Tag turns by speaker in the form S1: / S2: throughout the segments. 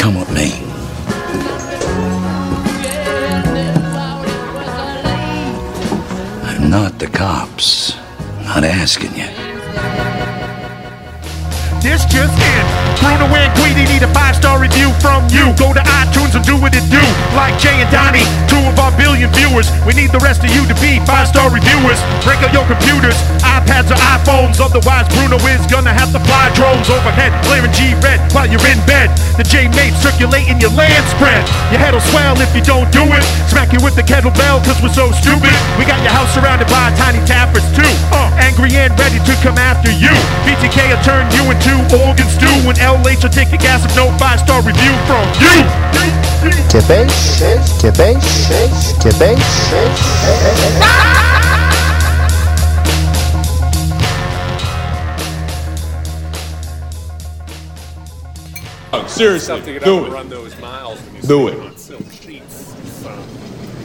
S1: Come with me. I'm not the cops. Not asking you.
S2: This just in. Bruno and Guidi need a five-star review from you. Go to iTunes and do what it do. Like Jay and Donnie, two of our billion viewers. We need the rest of you to be five-star reviewers. Break up your computers, iPads or iPhones. Otherwise, Bruno is gonna have to fly drones overhead, blaring G-Red while you're in bed. The J-Mape circulating your land spread. Your head'll swell if you don't do it. Smack you with the kettlebell, cause we're so stupid. We got your house surrounded by tiny tappers too. Uh, angry and ready to come after you. BTK will turn you into organ stew. And LH will take your gas if no five-star review from you.
S3: Tippage, tippage, tippage.
S4: Oh, seriously,
S5: to get up
S4: do
S5: and
S4: it.
S5: run those miles when you
S4: Do
S5: sleep
S4: it.
S5: on silk sheets.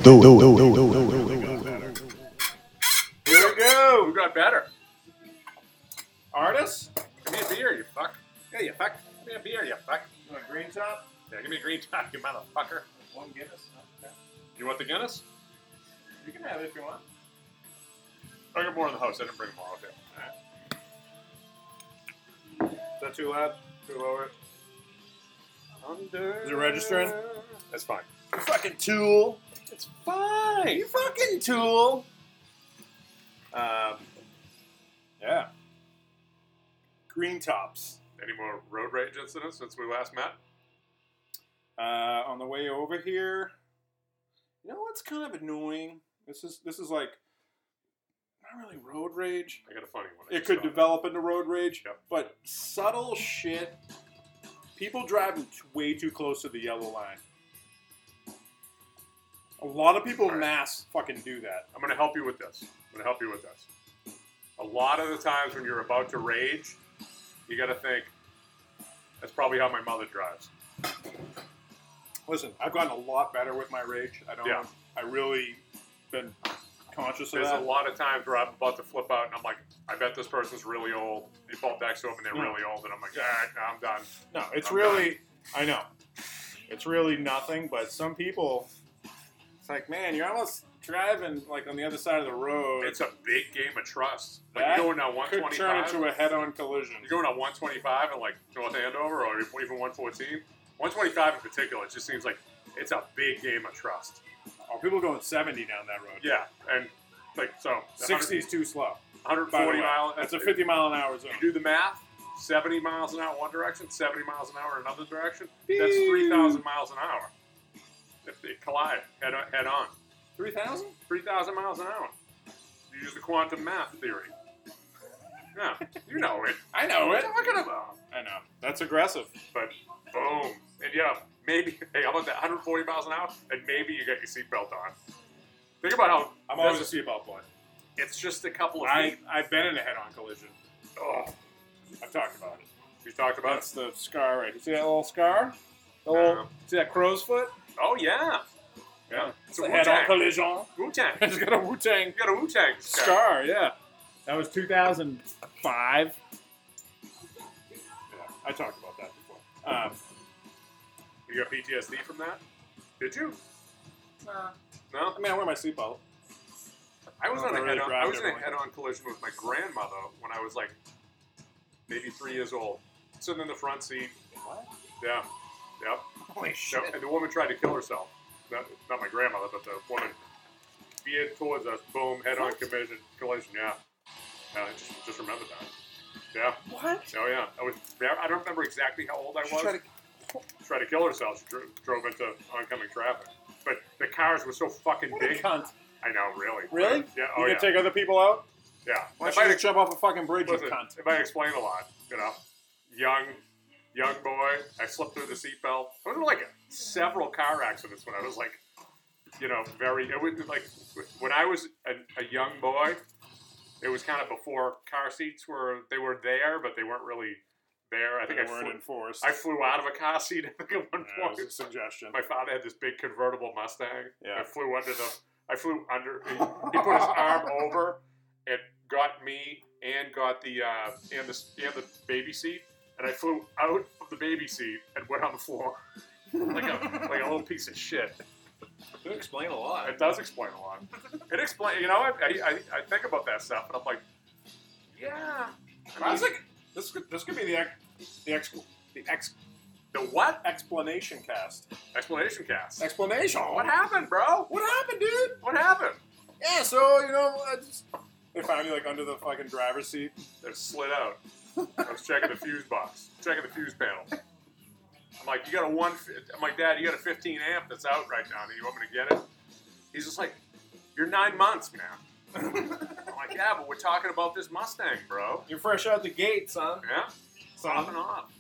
S4: Do it. Do it.
S5: Here we go. We got better. Artists, give me a beer, you fuck. Yeah, you fuck. Give me a beer, you fuck. You want a green top? Yeah, give me a green top, you motherfucker. One Guinness. You want the Guinness? You can have it if you want. I got more in the house. I didn't bring more. Okay. All right. Is that too loud? Too low? Under. Is it registering? That's fine. You fucking tool. It's fine. You fucking tool. Um, yeah. Green tops. Any more road rage incidents since we last met? Uh, on the way over here, you know what's kind of annoying? This is this is like not really road rage. I got a funny one. it could develop into road rage, but subtle shit. People driving t- way too close to the yellow line. A lot of people mass fucking do that. Um, I'm gonna help you with this. I'm gonna help you with this. A lot of the times when you're about to rage, you gotta think, that's probably how my mother drives.
S2: Listen, I've gotten a lot better with my rage. I don't.
S5: Yeah.
S2: I really been conscious of
S5: There's a
S2: that.
S5: lot of times where I'm about to flip out and I'm like, I bet this person's really old. They fall back so and they're really old, and I'm like, all right, nah, I'm done.
S2: No, it's
S5: I'm
S2: really. I know. It's really nothing, but some people. It's like, man, you're almost driving like on the other side of the road.
S5: It's a big game of trust. Like
S2: That
S5: you're going down
S2: could turn
S5: 125.
S2: into a head-on collision.
S5: you're going on 125 and like North Andover or even 114. 125 in particular, it just seems like it's a big game of trust.
S2: Oh, people going 70 down that road.
S5: Yeah, and like so
S2: 60 is too slow. By the
S5: 140
S2: way.
S5: mile.
S2: That's a 50 mile an hour zone.
S5: You do the math. 70 miles an hour in one direction, 70 miles an hour in another direction. That's 3,000 miles an hour. If they collide head on, head on.
S2: 3,000?
S5: 3,000 miles an hour. You use the quantum math theory. Yeah, you know it.
S2: I know it.
S5: Talking about.
S2: I know. That's aggressive.
S5: But boom. And yeah, maybe, hey, how about that? 140 miles an hour, and maybe you got your seatbelt on. Think about how
S2: I'm always a seatbelt boy.
S5: it's just a couple of
S2: I,
S5: feet. Oh,
S2: I've been in a head-on collision.
S5: Ugh.
S2: I've talked about it.
S5: You talked about
S2: That's the scar right. You see that little scar? The
S5: No.
S2: little, See that crow's foot?
S5: Oh, yeah.
S2: Yeah.
S5: It's
S2: It's
S5: a
S2: a head-on
S5: Wu-Tang.
S2: collision.
S5: Wu Tang.
S2: It's got a Wu Tang
S5: You got a Wu Tang
S2: scar. Yeah. That was 2005. Yeah, I talked about that before. Um,
S5: You got PTSD from that? Did you?
S2: I mean, I wear my seatbelt.
S5: I was
S2: No,
S5: on
S2: I
S5: a
S2: really
S5: head on, I
S2: grabbed
S5: was in a
S2: everyone.
S5: head on collision with my grandmother when I was like maybe three years old. Sitting in the front seat. What? Yeah. Yep. Holy shit. And the woman tried to kill herself. Not, not my grandmother, but the woman veered towards us, boom, head on collision collision, yeah. Yeah, I just, just remember that. Yeah.
S2: What?
S5: Oh yeah. I was I don't remember exactly how old I was.
S2: tried
S5: tried to kill herself. She dro- drove into oncoming traffic. But the cars were so fucking
S2: What a
S5: big.
S2: cunt.
S5: I know, really.
S2: Really?
S5: Yeah.
S2: You
S5: Oh,
S2: gonna
S5: yeah.
S2: take other people out?
S5: yeah.
S2: Why
S5: If
S2: don't
S5: I,
S2: you just jump off a fucking bridge, you
S5: listen,
S2: cunt?
S5: if I explain a lot, you know, young, young boy, I slipped through the seatbelt. I was in like several car accidents when I was like, you know, very. It was like when I was a, a young boy. It was kind of before car seats were they were there, but they weren't really there. I think
S2: They
S5: I
S2: weren't
S5: flew,
S2: enforced.
S5: I flew out of a car seat I think, at one
S2: Yeah, it was
S5: point.
S2: a suggestion.
S5: My father had this big convertible Mustang.
S2: Yeah.
S5: I flew under the. I flew under. He, he put his arm over and got me and got the uh, and the and the baby seat, and I flew out of the baby seat and went on the floor. like a like a little piece of shit.
S2: Could explain a lot.
S5: It does explain a lot. It explain, you know, I, I, I- I think about that stuff, and I'm like, yeah.
S2: And I was like, this could, this could be the ex, the ex, the ex, the what explanation cast?
S5: Explanation cast.
S2: Explanation.
S5: What happened, bro?
S2: What happened, dude?
S5: What happened?
S2: Yeah, so you know, I just, they found me like under the fucking driver's seat.
S5: It slid out. I was checking the fuse box, checking the fuse panel. I'm like, you got a one. fi- I'm like, Dad, you got a 15 amp that's out right now. Do you want me to get it? He's just like, you're nine months, man. I'm like, yeah, but we're talking about this Mustang, bro.
S2: You're fresh out the gate, son.
S5: Yeah, off and off.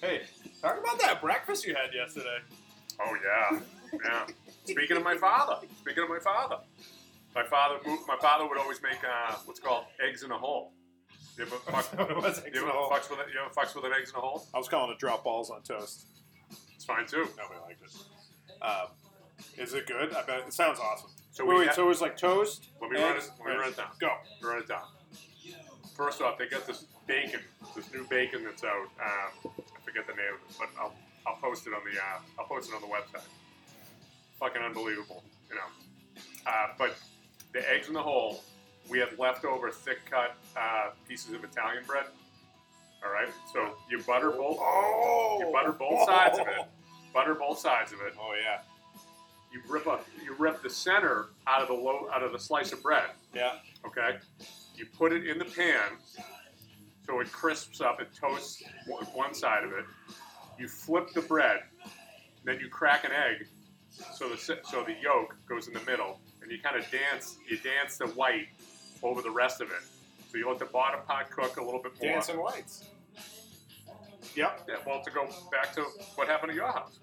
S2: Hey, talk about that breakfast you had yesterday.
S5: Oh yeah, yeah. speaking of my father, speaking of my father, my father moved. My father would always make uh, what's called eggs in a hole. You ever fuck,
S2: What was eggs
S5: you
S2: in a
S5: ever
S2: hole?
S5: fucks with it? You ever fucks with an eggs in a hole?
S2: I was calling it drop balls on toast.
S5: It's fine too.
S2: Nobody liked it. Um, is it good? I bet it sounds awesome.
S5: So
S2: So wait,
S5: we
S2: wait,
S5: ha-
S2: so it was like toast.
S5: Let me run
S2: eggs,
S5: it. Let me run it down. Go. Run it down. First off, they got this bacon, this new bacon that's out. Um, I forget the name of it, but I'll I'll post it on the uh, I'll post it on the website. Fucking unbelievable, you know. Uh, but the eggs in the hole, we had leftover thick cut uh, pieces of Italian bread. All right, so you butter both you butter both sides of it, butter both sides of it,
S2: Oh yeah,
S5: you rip up you rip the center out of the low out of the slice of bread
S2: yeah.
S5: okay you put it in the pan so it crisps up it toasts one one side of it you flip the bread then you crack an egg so the si- so the yolk goes in the middle and you kind of dance you dance the white over the rest of it so you let the bottom pot cook a little bit more
S2: Dancing whites.
S5: Yep. Yeah, well, to go back to what happened at your house.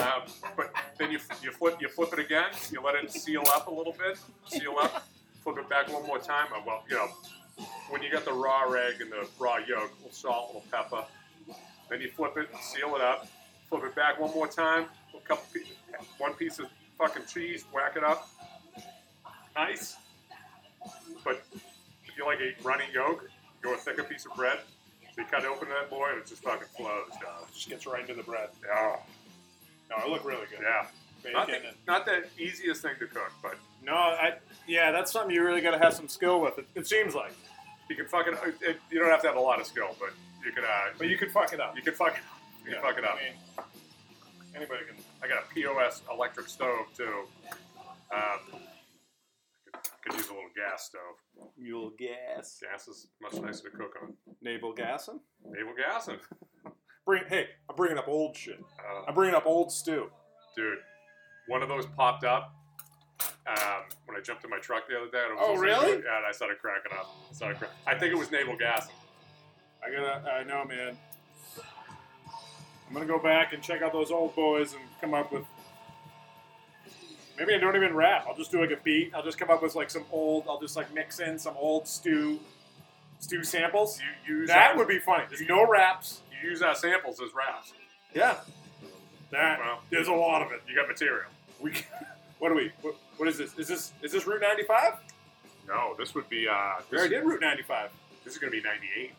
S5: um, but then you, you flip you flip it again. You let it seal up a little bit. Seal up. Flip it back one more time. Uh, Well, you know, when you got the raw egg and the raw yolk, a little salt, a little pepper. Then you flip it, seal it up, flip it back one more time. A couple, pieces, one piece of fucking cheese, whack it up. Nice. But if you like a runny yolk, go a thicker piece of bread. So you cut open that boy, and it just fucking flows, dog.
S2: Just gets right into the bread.
S5: Yeah,
S2: No, Oh, it looked really good.
S5: yeah.
S2: Bacon
S5: Not the,
S2: and-
S5: not the easiest thing to cook, but
S2: No, Uh, I. Yeah, that's something you really got to have some skill with. It, it seems like,
S5: you can fucking. It, uh, it, you don't have to have a lot of skill, but you could. Uh,
S2: but you could fuck it up.
S5: you could fuck it. up. You
S2: Yeah,
S5: can fuck it up.
S2: I mean, anybody can.
S5: I got a POS electric stove too. Um, I could, could use a little gas stove.
S2: You'll gas.
S5: Gas is much nicer to cook on.
S2: Naval gassing.
S5: Naval gassing.
S2: Bring. Hey, I'm bringing up old shit.
S5: Uh,
S2: I'm bringing up old stew.
S5: dude, one of those popped up um, when I jumped in my truck the other day. And I was
S2: Oh,
S5: listening to
S2: really?
S5: it, Yeah, and I started cracking up. I, started cra- I think it was naval gas.
S2: I gotta. I know, man. I'm gonna go back and check out those old boys and come up with. Maybe I don't even rap. I'll just do like a beat. I'll just come up with like some old. I'll just like mix in some old stew, stew samples.
S5: You use
S2: that
S5: our-
S2: would be funny. There's no raps.
S5: You use our samples as raps.
S2: Yeah. That
S5: Well-
S2: there's a lot of it.
S5: You got material.
S2: We. What do we? What, what is this? Is this is this Route 95?
S5: No, this would be. Uh,
S2: We already
S5: this,
S2: did Route 95.
S5: this is going to be 98.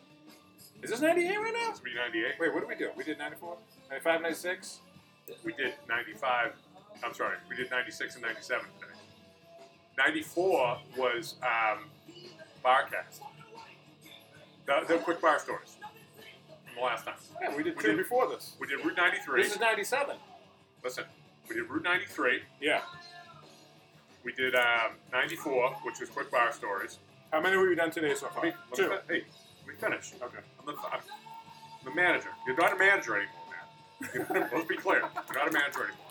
S2: Is this 98 right now?
S5: This would be 98.
S2: Wait, what did we do? We did 94, 95, 96.
S5: We did 95. I'm sorry. We did 96 and 97 today. 94 was um, Barcast. The, the quick bar stories from the last time.
S2: Yeah, we did
S5: We
S2: two
S5: did-
S2: before this.
S5: We did Route 93.
S2: This is 97.
S5: Listen, we did Route 93.
S2: Yeah.
S5: We did um, 94, which was quick bar stories.
S2: How many have we done today so far?
S5: Let me, let me
S2: Two.
S5: fin- hey, let me finish. Okay. I'm the, I'm the manager. You're not a manager anymore, man. Let's be clear. You're not a manager anymore.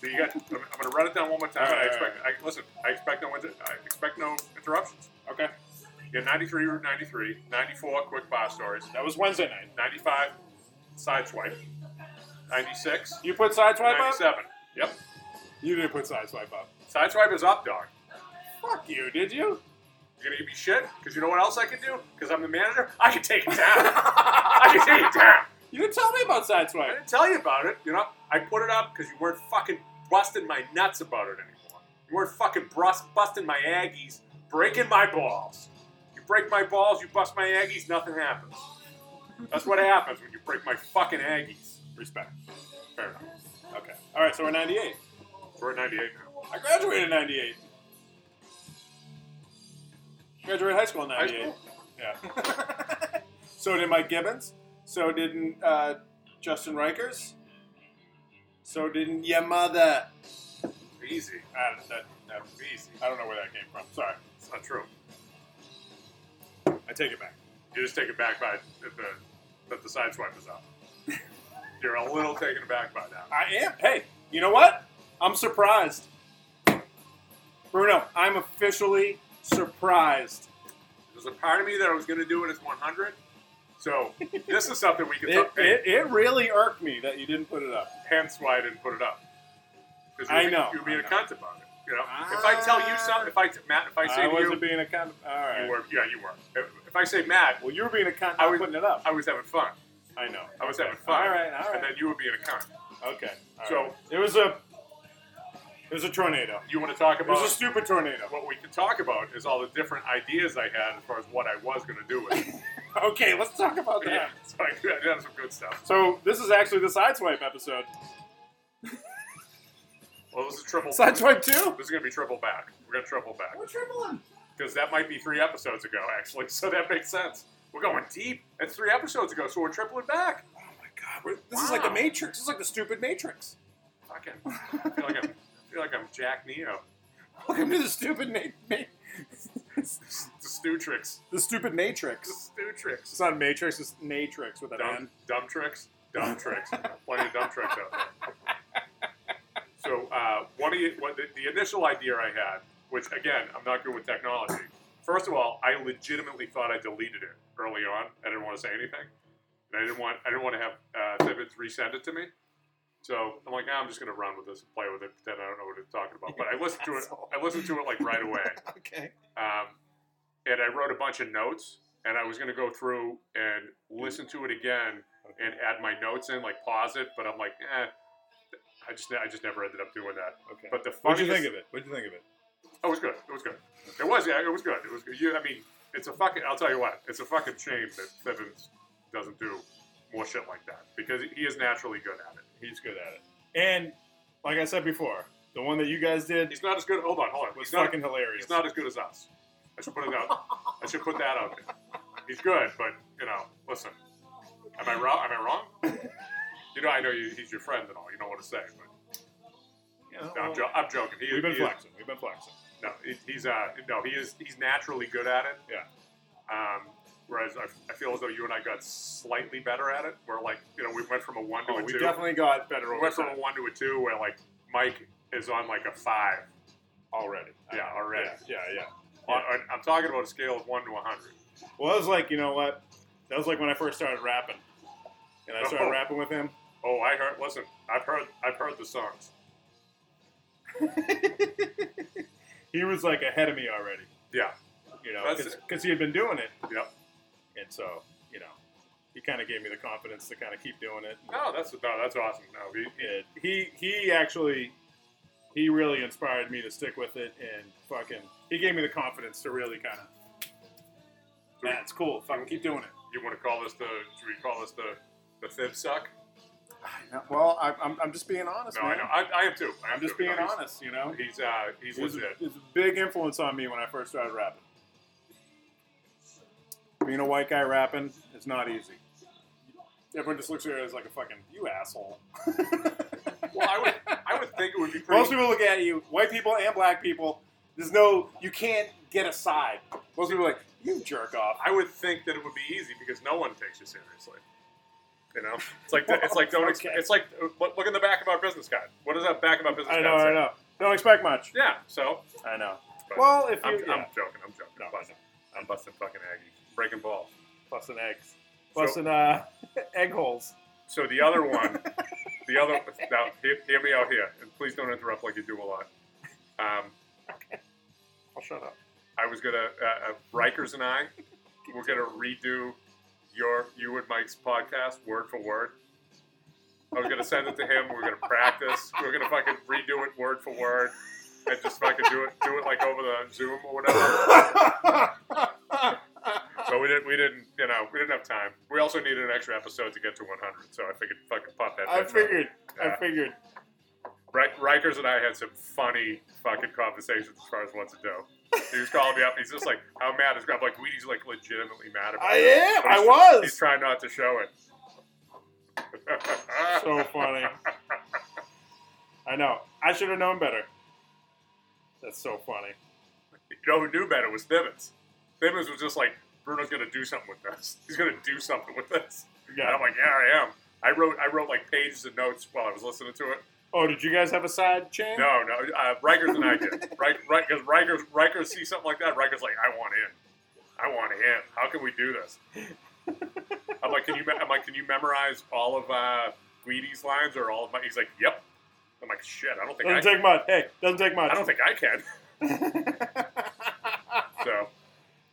S5: So you got. I'm, I'm going to run it down one more time.
S2: All right,
S5: I
S2: all
S5: expect. I, listen. I expect no. Inter- I expect no interruptions.
S2: Okay.
S5: You got 93 Route 93, 94 quick bar stories,
S2: That was Wednesday night.
S5: 95 sideswipe, 96,
S2: You put sideswipe up?
S5: 97. Yep.
S2: You didn't put sideswipe up.
S5: Sideswipe is up, dog.
S2: Fuck you, did you?
S5: You're gonna give me shit? Because you know what else I can do? Because I'm the manager? I can take it down. I can take it down.
S2: You didn't tell me about
S5: I
S2: sideswipe.
S5: didn't tell you about it, you know? I put it up because you weren't fucking busting my nuts about it anymore. You weren't fucking brus- busting my Aggies, breaking my balls. You break my balls, you bust my Aggies, nothing happens. That's what happens when you break my fucking Aggies. Respect. Fair enough. Okay. All right, so we're 98. So we're at 98 now. I graduated in 98. Graduated high school in 98. Yeah. so did Mike Gibbons. So did uh, Justin Rikers. So didn't your mother. Easy. I don't, that, that was easy. I don't know where that came from. Sorry. It's not true. I take it back. You just take it back by that the, that the sideswipe is up. You're a little taken aback by that. I am. Hey, you know what? I'm surprised. Bruno, I'm officially surprised. There's a part of me that I was going to do it as 100. So this is something we can.
S2: It,
S5: hey,
S2: it, it really irked me that you didn't put it up.
S5: Hence why I didn't put it up. 'Cause
S2: I
S5: you're-
S2: know,
S5: You're being
S2: I
S5: a
S2: know. Ah.
S5: cunt about it. You know, if I tell you something, if I t- Matt, if I say
S2: I
S5: to you,
S2: wasn't being a cunt. All right.
S5: you were, yeah, you were. If, if I say Matt,
S2: Well, you were being a cunt.
S5: I
S2: I was
S5: was-
S2: putting it up.
S5: I was having fun.
S2: I know.
S5: I was having fun.
S2: All right, all right.
S5: And then you were being a cunt.
S2: Okay. all
S5: So-
S2: right. it was a it was a tornado.
S5: You want to talk
S2: It
S5: about
S2: was a stupid tornado.
S5: what we can talk about is all the different ideas I had as far as what I was going to do with it.
S2: Okay, let's talk about that.
S5: yeah, so I did have some good stuff.
S2: So this is actually the sideswipe episode.
S5: Well, this is triple.
S2: Sideswipe two.
S5: This is going to be triple back. We're going to triple back. We're tripling. Because that might be three episodes ago, actually. So that makes sense. We're going deep. It's three episodes ago, so we're tripling back.
S2: Oh my god, we're- this is like the
S5: Wow.
S2: Matrix. This is like the stupid Matrix.
S5: Fucking. I feel like I'm. I feel like I'm Jack Neo.
S2: Welcome to the stupid ma- ma-
S5: The stew tricks.
S2: the stupid
S5: The
S2: Matrix.
S5: stew tricks.
S2: It's not Matrix. It's Matrix with an
S5: Dumb,
S2: N.
S5: dumb tricks. Dumb tricks. Plenty of dumb tricks out there. So uh, one of you, what the, the initial idea I had, which again I'm not good with technology. First of all, I legitimately thought I deleted it early on. I didn't want to say anything, and I didn't want I didn't want to have uh, Tibbetts resend it to me. So I'm like, ah, I'm just gonna run with this and play with it. Pretend I don't know what it's talking about. But I listened to it. I listened to it like right away
S2: Okay.
S5: um, and I wrote a bunch of notes, and I was going to go through and listen to it again and add my notes in, like pause it. But I'm like, eh, I just I just never ended up doing that.
S2: Okay.
S5: But the funniest,
S2: What'd you think of it? What'd you think of it?
S5: Oh, it was good. It was good. It was yeah, it was good. It was good. You, I mean, it's a fucking. I'll tell you what, it's a fucking shame that Simmons doesn't do more shit like that because he is naturally good at it.
S2: He's good at it. And like I said before, the one that you guys did
S5: He's not as good. Hold on, hold on.
S2: was
S5: He's not-
S2: fucking hilarious.
S5: He's not as good as us. I should put it out. I should put that out there. He's good, but you know, listen. Am I wrong? Am I wrong? You know, I know you, he's your friend and all. You don't want to say, but
S2: You know,
S5: no, I'm, jo- I'm joking. He,
S2: we've been
S5: he is-
S2: flexing. We've been flexing.
S5: no, he- he's uh, no, he is. He's naturally good at it.
S2: Yeah.
S5: Um, whereas I, I feel as though you and I got slightly better at it. Where like you know, we went from a one to
S2: Oh,
S5: a
S2: we
S5: two.
S2: definitely got better
S5: we
S2: over
S5: went from a
S2: time
S5: one to a two, where like Mike is on like a five.
S2: already.
S5: Yeah, already.
S2: Yeah, yeah.
S5: On- on- I'm talking about a scale of one to a hundred.
S2: yeah. Well, that was like, you know what? That was like when I first started rapping. And I started
S5: Oh.
S2: rapping with him.
S5: Oh, I heard. Listen, I've heard. I've heard the songs.
S2: He was like ahead of me already,
S5: Yeah.
S2: you know,
S5: That's it.
S2: because he had been doing it.
S5: Yep.
S2: And so, you know, he kind of gave me the confidence to kind of keep doing it.
S5: No, Oh, that's no, that's awesome. No, he, he-
S2: it. He he actually he really inspired me to stick with it and fucking he gave me the confidence to really kind of. That's cool. Fucking keep doing it.
S5: you want to call this the? Should we call this the the fib suck?
S2: Well, I'm, I'm, I'm just being honest.
S5: No,
S2: man.
S5: I know. I, I am too. I am
S2: I'm just
S5: too.
S2: being
S5: No, he's-
S2: honest. You know,
S5: He's uh he's
S2: he was, a,
S5: legit.
S2: he was a big influence on me when I first started rapping. Being a white guy rapping is not easy. Everyone just looks at you as like a fucking you asshole.
S5: well, I would I would think it would be pretty.
S2: Most people look at you, white people and black people. There's no, you can't get aside. Most people are like, you jerk off.
S5: I would think that it would be easy because no one takes you seriously. You know, it's like it's like don't. ex
S2: Okay.
S5: It's like uh, look, look in the back of our business guide. What does that back of our business
S2: I
S5: guide
S2: know,
S5: say?
S2: I know. Don't expect much.
S5: Yeah. So
S2: I know.
S5: but
S2: Well, if
S5: I'm,
S2: you, yeah.
S5: I'm joking. I'm joking. I'm busting. I'm busting fucking Aggie. Breaking balls.
S2: busting eggs,
S5: So-
S2: busting uh, egg holes.
S5: So the other one, the other now hear, hear me out here, and please don't interrupt like you do a lot. Um, I'll shut up. I was gonna uh, uh, Rikers and I, we're gonna redo your you and Mike's podcast word for word. I was gonna send it to him. We're gonna practice. We're gonna fucking redo it word for word, and just fucking do it do it like over the Zoom or whatever. but we didn't. We didn't. You know, we didn't have time. We also needed an extra episode to get to 100, so I figured fucking pop that.
S2: I
S5: bitch up.
S2: figured. I
S5: Yeah.
S2: figured.
S5: Ri- Rikers and I had some funny fucking conversations as far as what's to do. He was calling me up. He's just like, "How mad is Grub?" Like, Weedy's like legitimately mad about
S2: I
S5: it.
S2: am,
S5: But he's
S2: I
S5: try-
S2: was.
S5: He's trying not to show it.
S2: So funny. I know. I should have known better. That's so funny.
S5: you know who knew better was Thibbins. Thibbins was just like, "Bruno's gonna do something with this. He's gonna do something with this." And
S2: Yeah.
S5: I'm like, "Yeah, I am." I wrote, I wrote like pages of notes while I was listening to it.
S2: Oh, did you guys have a side chain?
S5: No, no, uh, Rikers and I did. Right, right, because Rikers, Rikers see something like that. Rikers like, I want in. I want in. How can we do this? I'm like, can you? me- I'm like, can you memorize all of uh, Guidi's lines or all of my? He's like, yep. I'm like, shit. I don't think I.
S2: Doesn't take much. Hey, doesn't take much.
S5: I don't think I can. so,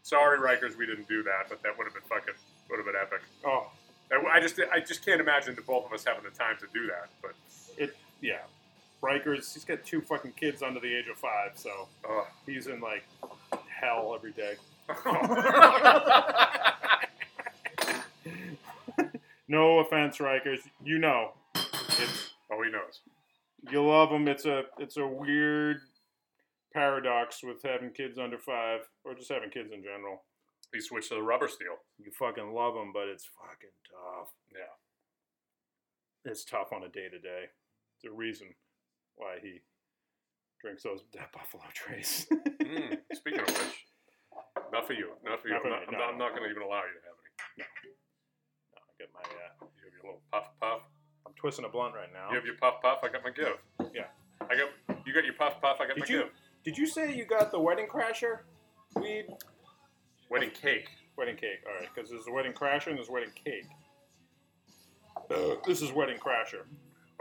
S5: sorry, Rikers, we didn't do that, but that would have been fucking would have been epic.
S2: Oh,
S5: I, I just I just can't imagine the both of us having the time to do that. But
S2: it. Yeah. Rikers. He's got two fucking kids under the age of five, so
S5: ugh.
S2: he's in like hell every day. No offense, Rikers. You know,
S5: It's- oh, he knows.
S2: you love them. It's a it's a weird paradox with having kids under five or just having kids in general.
S5: He switched to the rubber steel.
S2: You fucking love them, but it's fucking tough. Yeah, it's tough on a day to day. It's a reason why he drinks those that buffalo trace.
S5: Mm, speaking of which, not for you. Not for you.
S2: Not
S5: I'm,
S2: for me,
S5: not, I'm
S2: no.
S5: not, I'm not going to even allow you to have any.
S2: I got my uh,
S5: You have your little puff puff.
S2: I'm twisting a blunt right now.
S5: You have your puff puff. I got my give.
S2: Yeah.
S5: I got. You got your puff puff. I got my
S2: Did you
S5: give.
S2: did you say you got the wedding crasher weed?
S5: Wedding cake.
S2: Wedding cake. All right, because there's a wedding crasher and there's wedding cake. This is wedding crasher.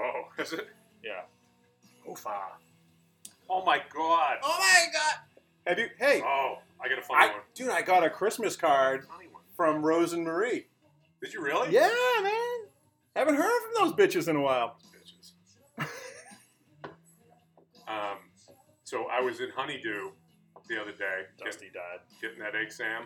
S5: Oh, is it?
S2: Yeah.
S5: Oofa. Oh my god.
S2: Oh my god! Have you? Hey,
S5: Oh, I got a funny
S2: I,
S5: one.
S2: dude, I got a Christmas card
S5: Funny one.
S2: from Rose and Marie.
S5: Did you really?
S2: Yeah, man. Haven't heard from those bitches in a while.
S5: bitches. um, so I was in Honeydew the other day, getting,
S2: Dusty died.
S5: getting that exam.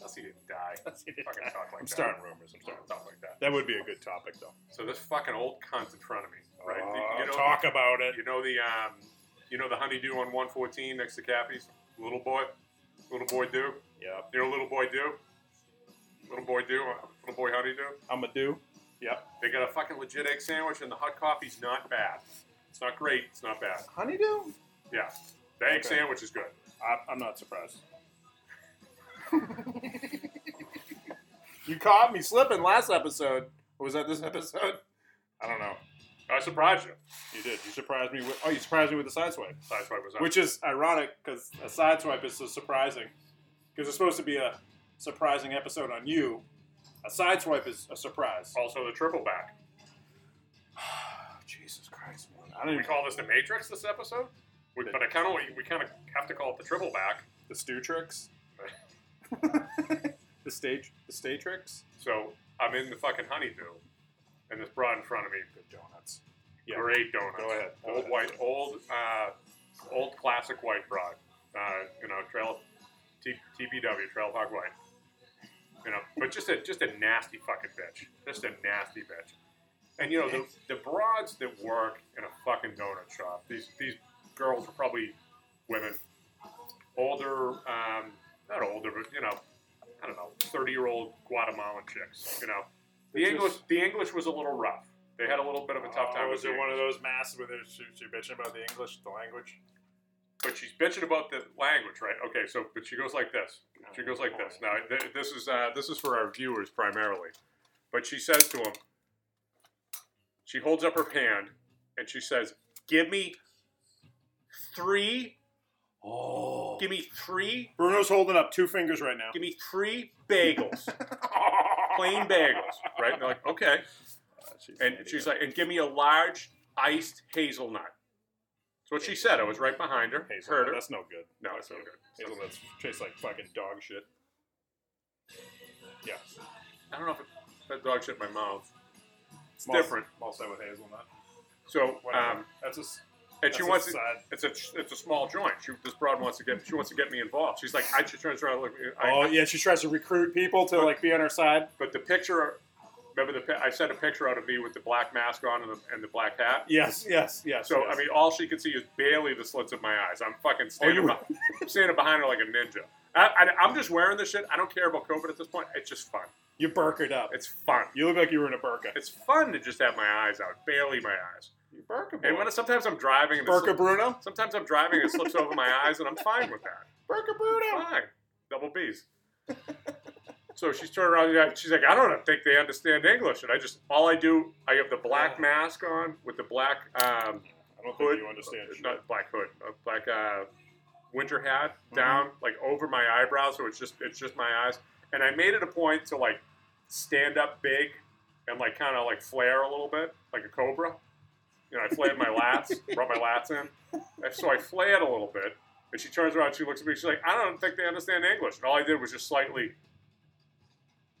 S5: Dusty didn't die.
S2: Dusty didn't
S5: fucking
S2: die.
S5: talk like
S2: I'm
S5: that.
S2: starting rumors. I'm starting
S5: Talk like that.
S2: That would be a good topic, though.
S5: So this fucking old cunt's in front of me, right?
S2: Oh,
S5: you know,
S2: talk about it.
S5: You know the um, you know the Honeydew on 114 next to Cappy's. Little boy, little boy do.
S2: Yep.
S5: You know little boy do. Little boy do. uh, Little boy Honeydew.
S2: I'm a do.
S5: Yep. They got a fucking legit egg sandwich, and the hot coffee's not bad. It's not great. It's not bad.
S2: Honeydew?
S5: Yeah. The egg
S2: Okay.
S5: sandwich is good.
S2: I, I'm not surprised. you caught me slipping last episode. Or was that this episode? I don't know.
S5: I surprised you.
S2: You did. You surprised me with. Oh, you surprised me with the side swipe.
S5: That's why it was up.
S2: which is ironic because a side swipe is so surprising because it's supposed to be a surprising episode on you a side swipe is a surprise
S5: also the triple back.
S2: jesus christ man i don't
S5: We
S2: even
S5: call this the Matrix this episode, we, but I kind of we kind of have to call it the triple back.
S2: the stew tricks the stage the stay tricks
S5: So I'm in the fucking honeydew, and this broad in front of me,
S2: good donuts
S5: yeah. great donuts.
S2: Go ahead. Go
S5: Old
S2: ahead.
S5: white, old, uh, old classic white broad. Uh, you know, trail, T, TPW, trail hog white. You know, but just a just a nasty fucking bitch. Just a nasty bitch. And you know, the, the broads that work in a fucking donut shop. These these girls are probably women, older, um, not older, but you know, I don't know, thirty year old Guatemalan chicks. You know, the
S2: They're
S5: English
S2: just-
S5: the English was a little rough. They had a little bit of a tough time.
S2: oh,
S5: with
S2: was
S5: the
S2: it one of
S5: English.
S2: those masses where they're you're bitching about the english the language
S5: But she's bitching about the language, right? Okay, so but she goes like this. She goes like this. Now th- this is uh, this is for our viewers primarily. But she says to him, she holds up her hand and she says, "Give me three. Oh, give me three.
S2: bruno's holding up two fingers right now
S5: Give me three bagels, plain bagels, right?" And they're like, "Okay."
S2: Oh,
S5: And she's like, "And give me a large iced hazelnut." That's what she said. I was right behind her.
S2: hazelnut
S5: Heard her.
S2: that's no good
S5: No, it's no good.
S2: hazelnuts taste like fucking dog shit yeah
S5: I don't know if it, that dog shit in my mouth. It's
S2: Malt-
S5: different.
S2: Malt set with hazelnut.
S5: So,
S2: Whatever.
S5: um,
S2: That's a s-
S5: And she
S2: That's
S5: wants
S2: a
S5: to,
S2: sad-
S5: it's a it's a small joint. She, this broad wants to get she wants to get me involved. She's like I she turns around like I,
S2: Oh yeah, she tries to recruit people to like be on her side.
S5: but the picture remember the pi- I sent a picture out of me with the black mask on and the, and the black hat.
S2: Yes, yes, yes.
S5: So
S2: yes. Oh,
S5: I mean, all she could see is barely the slits of my eyes. I'm fucking standing,
S2: you-
S5: behind, I'm standing behind her like a ninja. I, I, am just wearing this shit. I don't care about COVID at this point. It's just fun.
S2: you burkered up.
S5: It's fun.
S2: you look like you were in a burka.
S5: It's fun to just have my eyes out, barely my eyes.
S2: You burka
S5: And when I, sometimes I'm driving, and it
S2: Burka
S5: slips-
S2: Bruno.
S5: sometimes I'm driving and it slips over my eyes, and I'm fine with that.
S2: Burka
S5: I'm
S2: Bruno.
S5: Fine. Double B's. So she's turning around. and She's like, I don't think they understand English. And I just, all I do, I have the black mask on with the black um,
S2: I don't think
S5: hood,
S2: you understand. shit.
S5: not black hood, uh, black uh, winter hat down like over my eyebrows, so it's just it's just my eyes. And I made it a point to like stand up big and like kind of like flare a little bit, like a cobra. You know, I flared my lats, brought my lats in, And so I flared a little bit. And she turns around, she looks at me, she's like, I don't think they understand English. And all I did was just slightly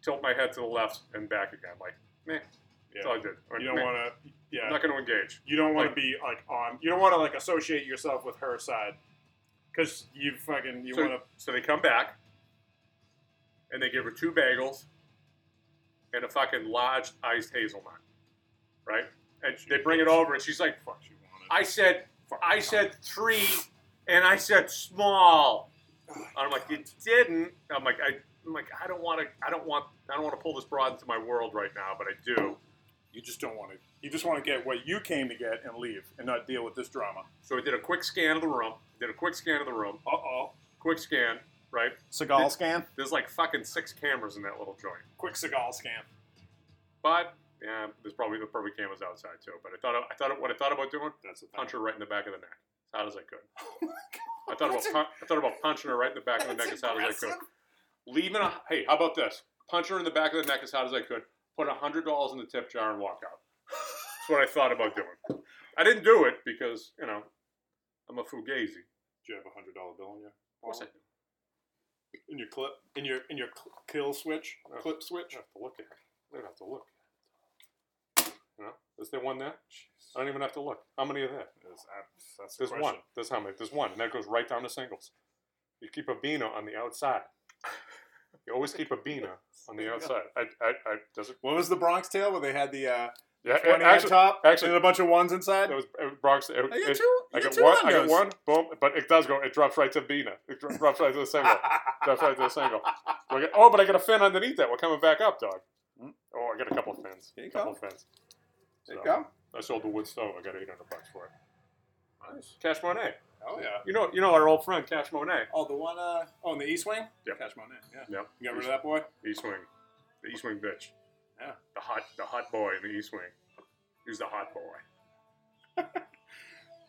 S5: tilt my head to the left and back again, like, meh. That's all I
S2: Yeah.
S5: did.
S2: You don't
S5: Meh.
S2: want to.
S5: I'm
S2: Yeah.
S5: not going to engage.
S2: You don't want to
S5: like-
S2: be like on. You don't want to like associate yourself with her side, because you fucking you
S5: so,
S2: want to.
S5: so they come back, and they give her two bagels and a fucking large iced hazelnut, right? And they bring it over, and she's like,
S2: Fuck you want it.
S5: "I said, I said three, and I said small." And I'm like, "You didn't." I'm like, "I." I'm like, I don't want to. I don't want. I don't want to pull this broad into my world right now, but I do.
S2: You just don't want to. You just want to get what you came to get and leave, and not deal with this drama.
S5: So I did a quick scan of the room. Did a quick scan of the room.
S2: Uh oh.
S5: Quick scan, right?
S2: Seagal scan.
S5: There's like fucking six cameras in that little joint.
S2: Quick Seagal scan.
S5: But yeah, there's probably there probably cameras outside too. But I thought I thought what I thought about doing
S2: That's the thing. Oh
S5: punch her right in the back of the neck as hard as I could. I thought about pun- I thought about punching her right in the back of the neck as hard as I could. Leaving a hey, how about this? Punch her in the back of the neck as hard as I could. Put hundred dollars in the tip jar and walk out. That's what I thought about doing. I didn't do it because you know I'm a fugazi.
S2: Do you have a hundred dollar bill in your?
S5: Of course I
S2: wallet? In your clip, in your in your cl- kill switch,
S5: Oh.
S2: clip switch.
S5: I have to look at. it. I don't have to look. You know, is there one there? I don't even have to look. How many are there?
S2: That's, that's the
S5: There's
S2: question.
S5: one. There's how many? There's one, and that goes right down to singles. You keep a Bina on the outside. You always keep a Bina on the outside. I, I, I does it?
S2: What was the Bronx Tale where they had the uh,
S5: Yeah, a-
S2: twenty on
S5: actually,
S2: top,
S5: actually-
S2: and a bunch of ones inside?
S5: it was it was Bronx. It,
S2: I got
S5: it-
S2: two.
S5: I
S2: you
S5: got
S2: two
S5: one. I got
S2: windows.
S5: one. Boom. But it does go. It drops right to Bina. It dro- drops right to the single. drops right to the single. Do I get- oh, but I got a fin underneath that. We're coming back up, dog. Oh, I got a couple of fins.
S2: There you
S5: couple
S2: go.
S5: of fins.
S2: There you
S5: So,
S2: go.
S5: I sold the wood stove. I got eight hundred bucks for it. Nice. Cash Monet.
S2: Oh yeah.
S5: You know, you know our old friend Cash Monet.
S2: Oh, the one. Uh, oh, in the East Wing.
S5: Yeah.
S2: Cash Monet. Yeah.
S5: Yeah.
S2: You got rid of that boy.
S5: East Wing, the East Wing bitch.
S2: Yeah.
S5: The hot, the hot boy in the East Wing. He's the hot boy.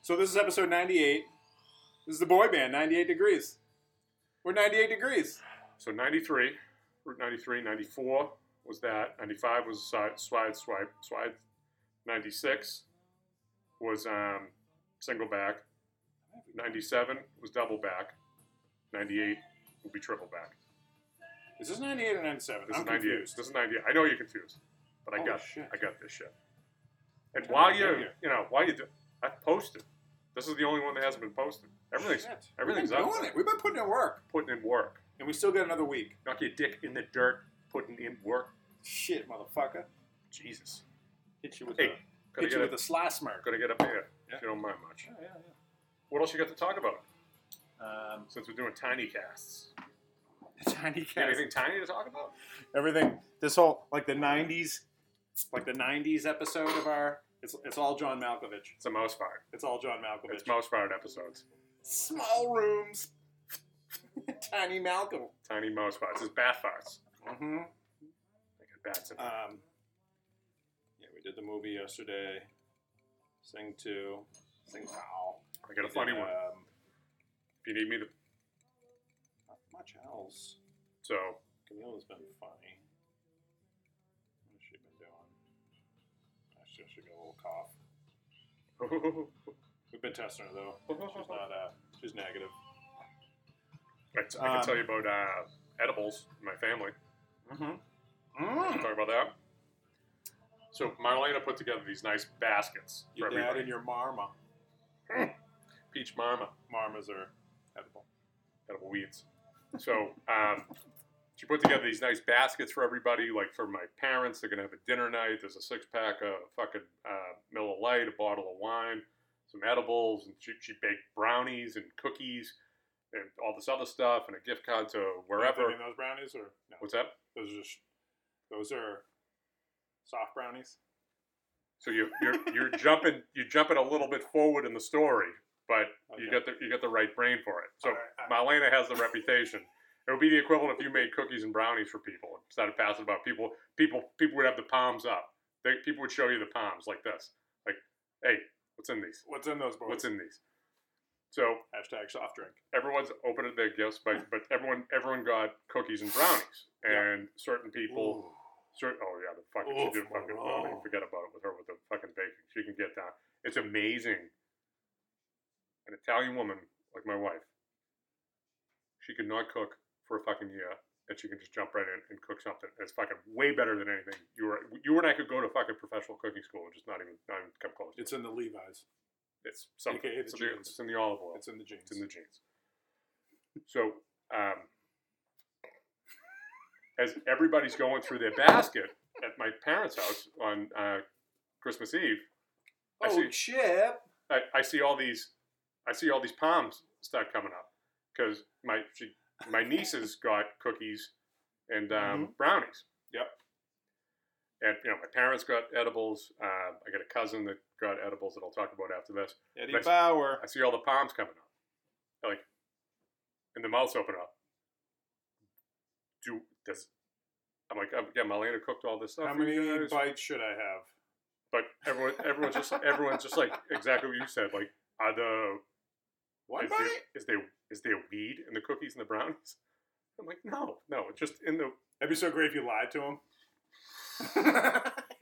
S2: So this is episode ninety-eight. This is the boy band, ninety-eight degrees. We're ninety-eight degrees.
S5: So 93, Route 93, 94 was that. 95 was a side, swide, swipe, swide. 96 was um, single back. 97 was double back. 98 will be triple back.
S2: Is this ninety-eight or ninety-seven?
S5: This
S2: I'm
S5: is 98.
S2: confused.
S5: This is 98. I know you're confused, but I
S2: Holy
S5: got
S2: shit.
S5: I got this shit. And
S2: Okay,
S5: while
S2: I
S5: you
S2: hear you.
S5: you know while you do, I posted. This is the only one that hasn't been posted. Everything's
S2: Shit. We've
S5: everything's
S2: been
S5: up.
S2: doing it. We've been putting in work,
S5: Putting in work.
S2: and we still got another week.
S5: Knock your dick in the dirt. Putting in work.
S2: Shit, motherfucker!
S5: Jesus.
S2: Hit you with
S5: Hey,
S2: the
S5: gotta
S2: hit
S5: get
S2: you with
S5: up,
S2: the sly smirk.
S5: gotta get up here.
S2: Yeah.
S5: If you don't mind much.
S2: Yeah, yeah,
S5: What else you got to talk about?
S2: yeah. Um,
S5: Since we're doing tiny casts.
S2: tiny
S5: You got
S2: cats.
S5: Anything tiny to talk about?
S2: everything this whole like the 90s like the 90s episode of our it's, it's all john malkovich
S5: It's a mouse fire.
S2: it's all john malkovich
S5: It's mouse fired episodes.
S2: small rooms tiny malcolm
S5: Tiny mouse farts. It's bat farts.
S2: mm-hmm. um,
S5: I got bats in.
S2: yeah we did the movie yesterday sing two sing wow
S5: I got a funny one.
S2: um,
S5: If you need me to,
S2: not much else
S5: so
S2: Camila's been funny. What's she been doing? I still should get a little cough. We've been testing her though. She's not. Uh, she's negative.
S5: I, t- I can
S2: Um,
S5: tell you about uh, edibles in my family.
S2: Mm-hmm.
S5: Talk about that. So Marlena put together these nice baskets
S2: Your
S5: for
S2: dad
S5: everybody.
S2: and your marma.
S5: Peach marma. Marmas are edible, edible weeds. So um, she put together these nice baskets for everybody, like for my parents. They're gonna have a dinner night. There's a six pack of fucking uh, Miller Lite, a bottle of wine, some edibles, and she, she baked brownies and cookies and all this other stuff, and a gift card to wherever.
S2: Thinking those brownies or no?
S5: What's that?
S2: Those are just those are soft brownies.
S5: So you you're you're jumping you're jumping a little bit forward in the story, but you
S2: Okay.
S5: got the you got the right brain for it. So
S2: All right, all right.
S5: Marlena has the reputation. It would be the equivalent if you made cookies and brownies for people and started passing about people people people would have the palms up. They, people would show you the palms like this. Like, hey, what's in these?
S2: What's in those boys?
S5: What's in these? So
S2: Hashtag soft drink.
S5: everyone's opening their gifts, but but everyone everyone got cookies and brownies,
S2: Yeah.
S5: and certain people Sure. Oh yeah, the fucking
S2: Oof,
S5: she did fucking. Oh,
S2: Monroe.
S5: forget about it with her with the fucking baking. She can get down. It's amazing. An Italian woman like my wife, she could not cook for a fucking year, and she can just jump right in and cook something. It's fucking way better than anything. You were you and I could go to fucking professional cooking school and just not even not even come close.
S2: It's in the Levi's.
S5: it's some,
S2: AKA the
S5: it's, in the,
S2: jeans.
S5: it's in the olive oil.
S2: It's in the jeans.
S5: It's in the jeans. So, um, as everybody's going through their basket at my parents' house on uh, Christmas Eve, I
S6: Oh,
S5: see-
S6: Chip.
S5: I, I see all these, I see all these palms start coming up because my she, my nieces got cookies and um, brownies.
S2: Yep.
S5: And you know, my parents got edibles. Uh, I got a cousin that got edibles that I'll talk about after this.
S2: Eddie
S5: Nice.
S2: Bauer.
S5: I see all the palms coming up, They're like, and the mouths open up. Do does? I'm like, um, yeah, Malena cooked all this stuff.
S2: How
S5: for you
S2: many
S5: guys.
S2: bites should I have?
S5: But everyone, everyone's just, everyone's just like exactly what you said. Like, are the
S2: One
S5: is
S2: bite?
S5: There, is there is there weed in the cookies and the brownies? I'm like, no, no, it's just in the.
S2: That'd be so great if you lied to him.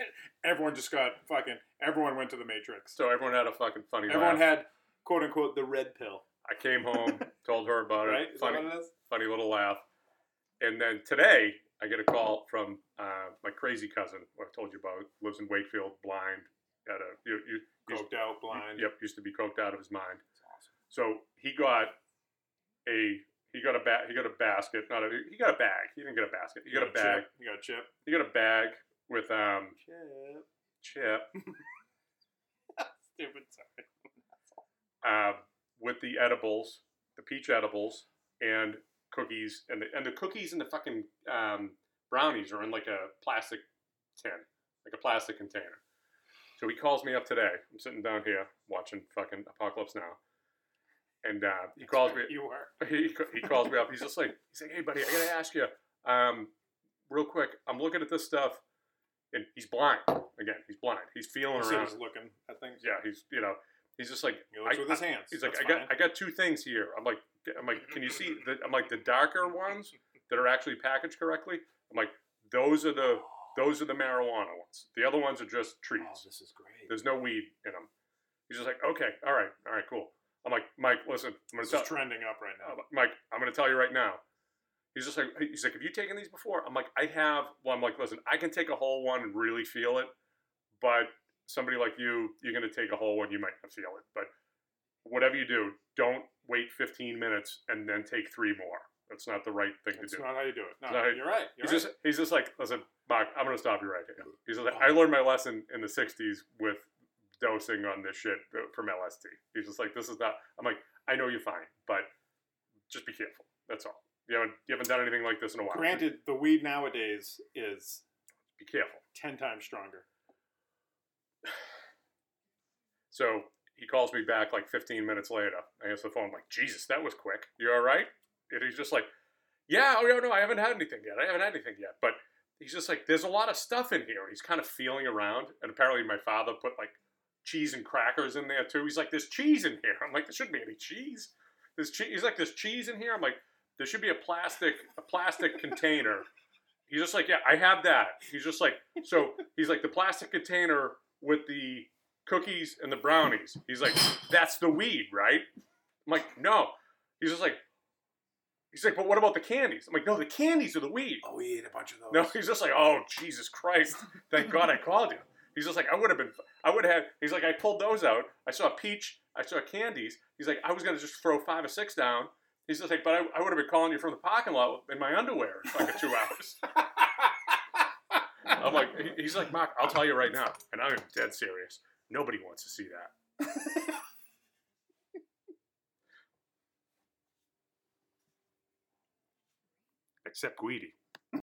S2: everyone just got fucking. Everyone went to the Matrix.
S5: So everyone had a fucking funny.
S2: everyone
S5: laugh.
S2: had quote unquote the red pill,
S5: I came home, told her about
S2: right?
S5: it.
S2: Is that
S5: Funny,
S2: what it is?
S5: funny little laugh. And then today, I get a call from uh, my crazy cousin, who I told you about, lives in Wakefield, blind, at a you, you, used-
S2: Coked out, blind.
S5: Yep, used to be coked out of his mind. So he got a he got a ba- he got a basket, not a he got a bag. He didn't get a basket. He got a bag.
S2: Chip. You got a chip.
S5: He got a bag with um
S2: Chip.
S5: chip
S2: Stupid. Sorry.
S5: um, with the edibles, the peach edibles, and cookies, and the and the cookies and the fucking um, brownies are in like a plastic tin, like a plastic container. So he calls me up today. I'm sitting down here watching fucking Apocalypse Now, and uh, he calls me.
S2: You were.
S5: He, he calls me up. He's just like he's like, hey buddy, I gotta ask you, um, real quick. I'm looking at this stuff, and he's blind again. He's blind. He's feeling
S2: He
S5: around.
S2: was looking. I think.
S5: Yeah, he's you know he's just like
S2: He looks
S5: I-
S2: with
S5: I-
S2: his hands.
S5: He's like,
S2: That's
S5: I got,
S2: fine.
S5: I got two things here. I'm like, I'm like, can you see? The, I'm like, the darker ones that are actually packaged correctly. I'm like, those are the, those are the marijuana ones. The other ones are just trees.
S6: Oh, this is great.
S5: There's no weed in them. He's just like, okay, all right, all right, cool. I'm like, Mike, listen, I'm gonna
S2: This
S5: tell,
S2: is trending up right now.
S5: I'm like, Mike, I'm gonna tell you right now. He's just like, he's like, have you taken these before? I'm like, I have. Well, I'm like, listen, I can take a whole one and really feel it, but somebody like you, you're gonna take a whole one, you might not feel it. But whatever you do, don't wait 15 minutes and then take three more. That's not the right thing
S2: That's
S5: to do.
S2: not how you do it. No,
S5: Sorry.
S2: you're right. You're
S5: He's
S2: right.
S5: just, he's just like, listen, Mark, I'm gonna stop you right here. He's just like, I learned my lesson in the '60s with dosing on this shit from LSD. He's just like, this is not. I'm like, I know you're fine, but just be careful. That's all. You haven't you haven't done anything like this in a while.
S2: Granted, the weed nowadays is
S5: be careful.
S2: ten times stronger.
S5: So he calls me back like 15 minutes later. I answer the phone. I'm like, Jesus, that was quick. You all right? And he's just like, Yeah, oh yeah, no, I haven't had anything yet. I haven't had anything yet. But he's just like, There's a lot of stuff in here. And he's kind of feeling around. And apparently my father put like cheese and crackers in there too. He's like, There's cheese in here. I'm like, There shouldn't be any cheese. There's cheese. He's like, There's cheese in here. I'm like, There should be a plastic a plastic container. He's just like, Yeah, I have that. He's just like, So he's like, the plastic container with the cookies and the brownies. He's like, that's the weed, right? I'm like, no. He's just like, he's like, but what about the candies? I'm like, no, the candies are the weed.
S6: Oh, we ate a bunch of those.
S5: No, he's just like, oh Jesus Christ! Thank God I called you. He's just like, I would have been, I would have. He's like, I pulled those out. I saw peach. I saw candies. He's like, I was gonna just throw five or six down. He's just like, but I, I would have been calling you from the parking lot in my underwear in fucking two hours. I'm like, he- he's like, Mark, I'll tell you right now, and I'm dead serious. Nobody wants to see that. Except Guidi.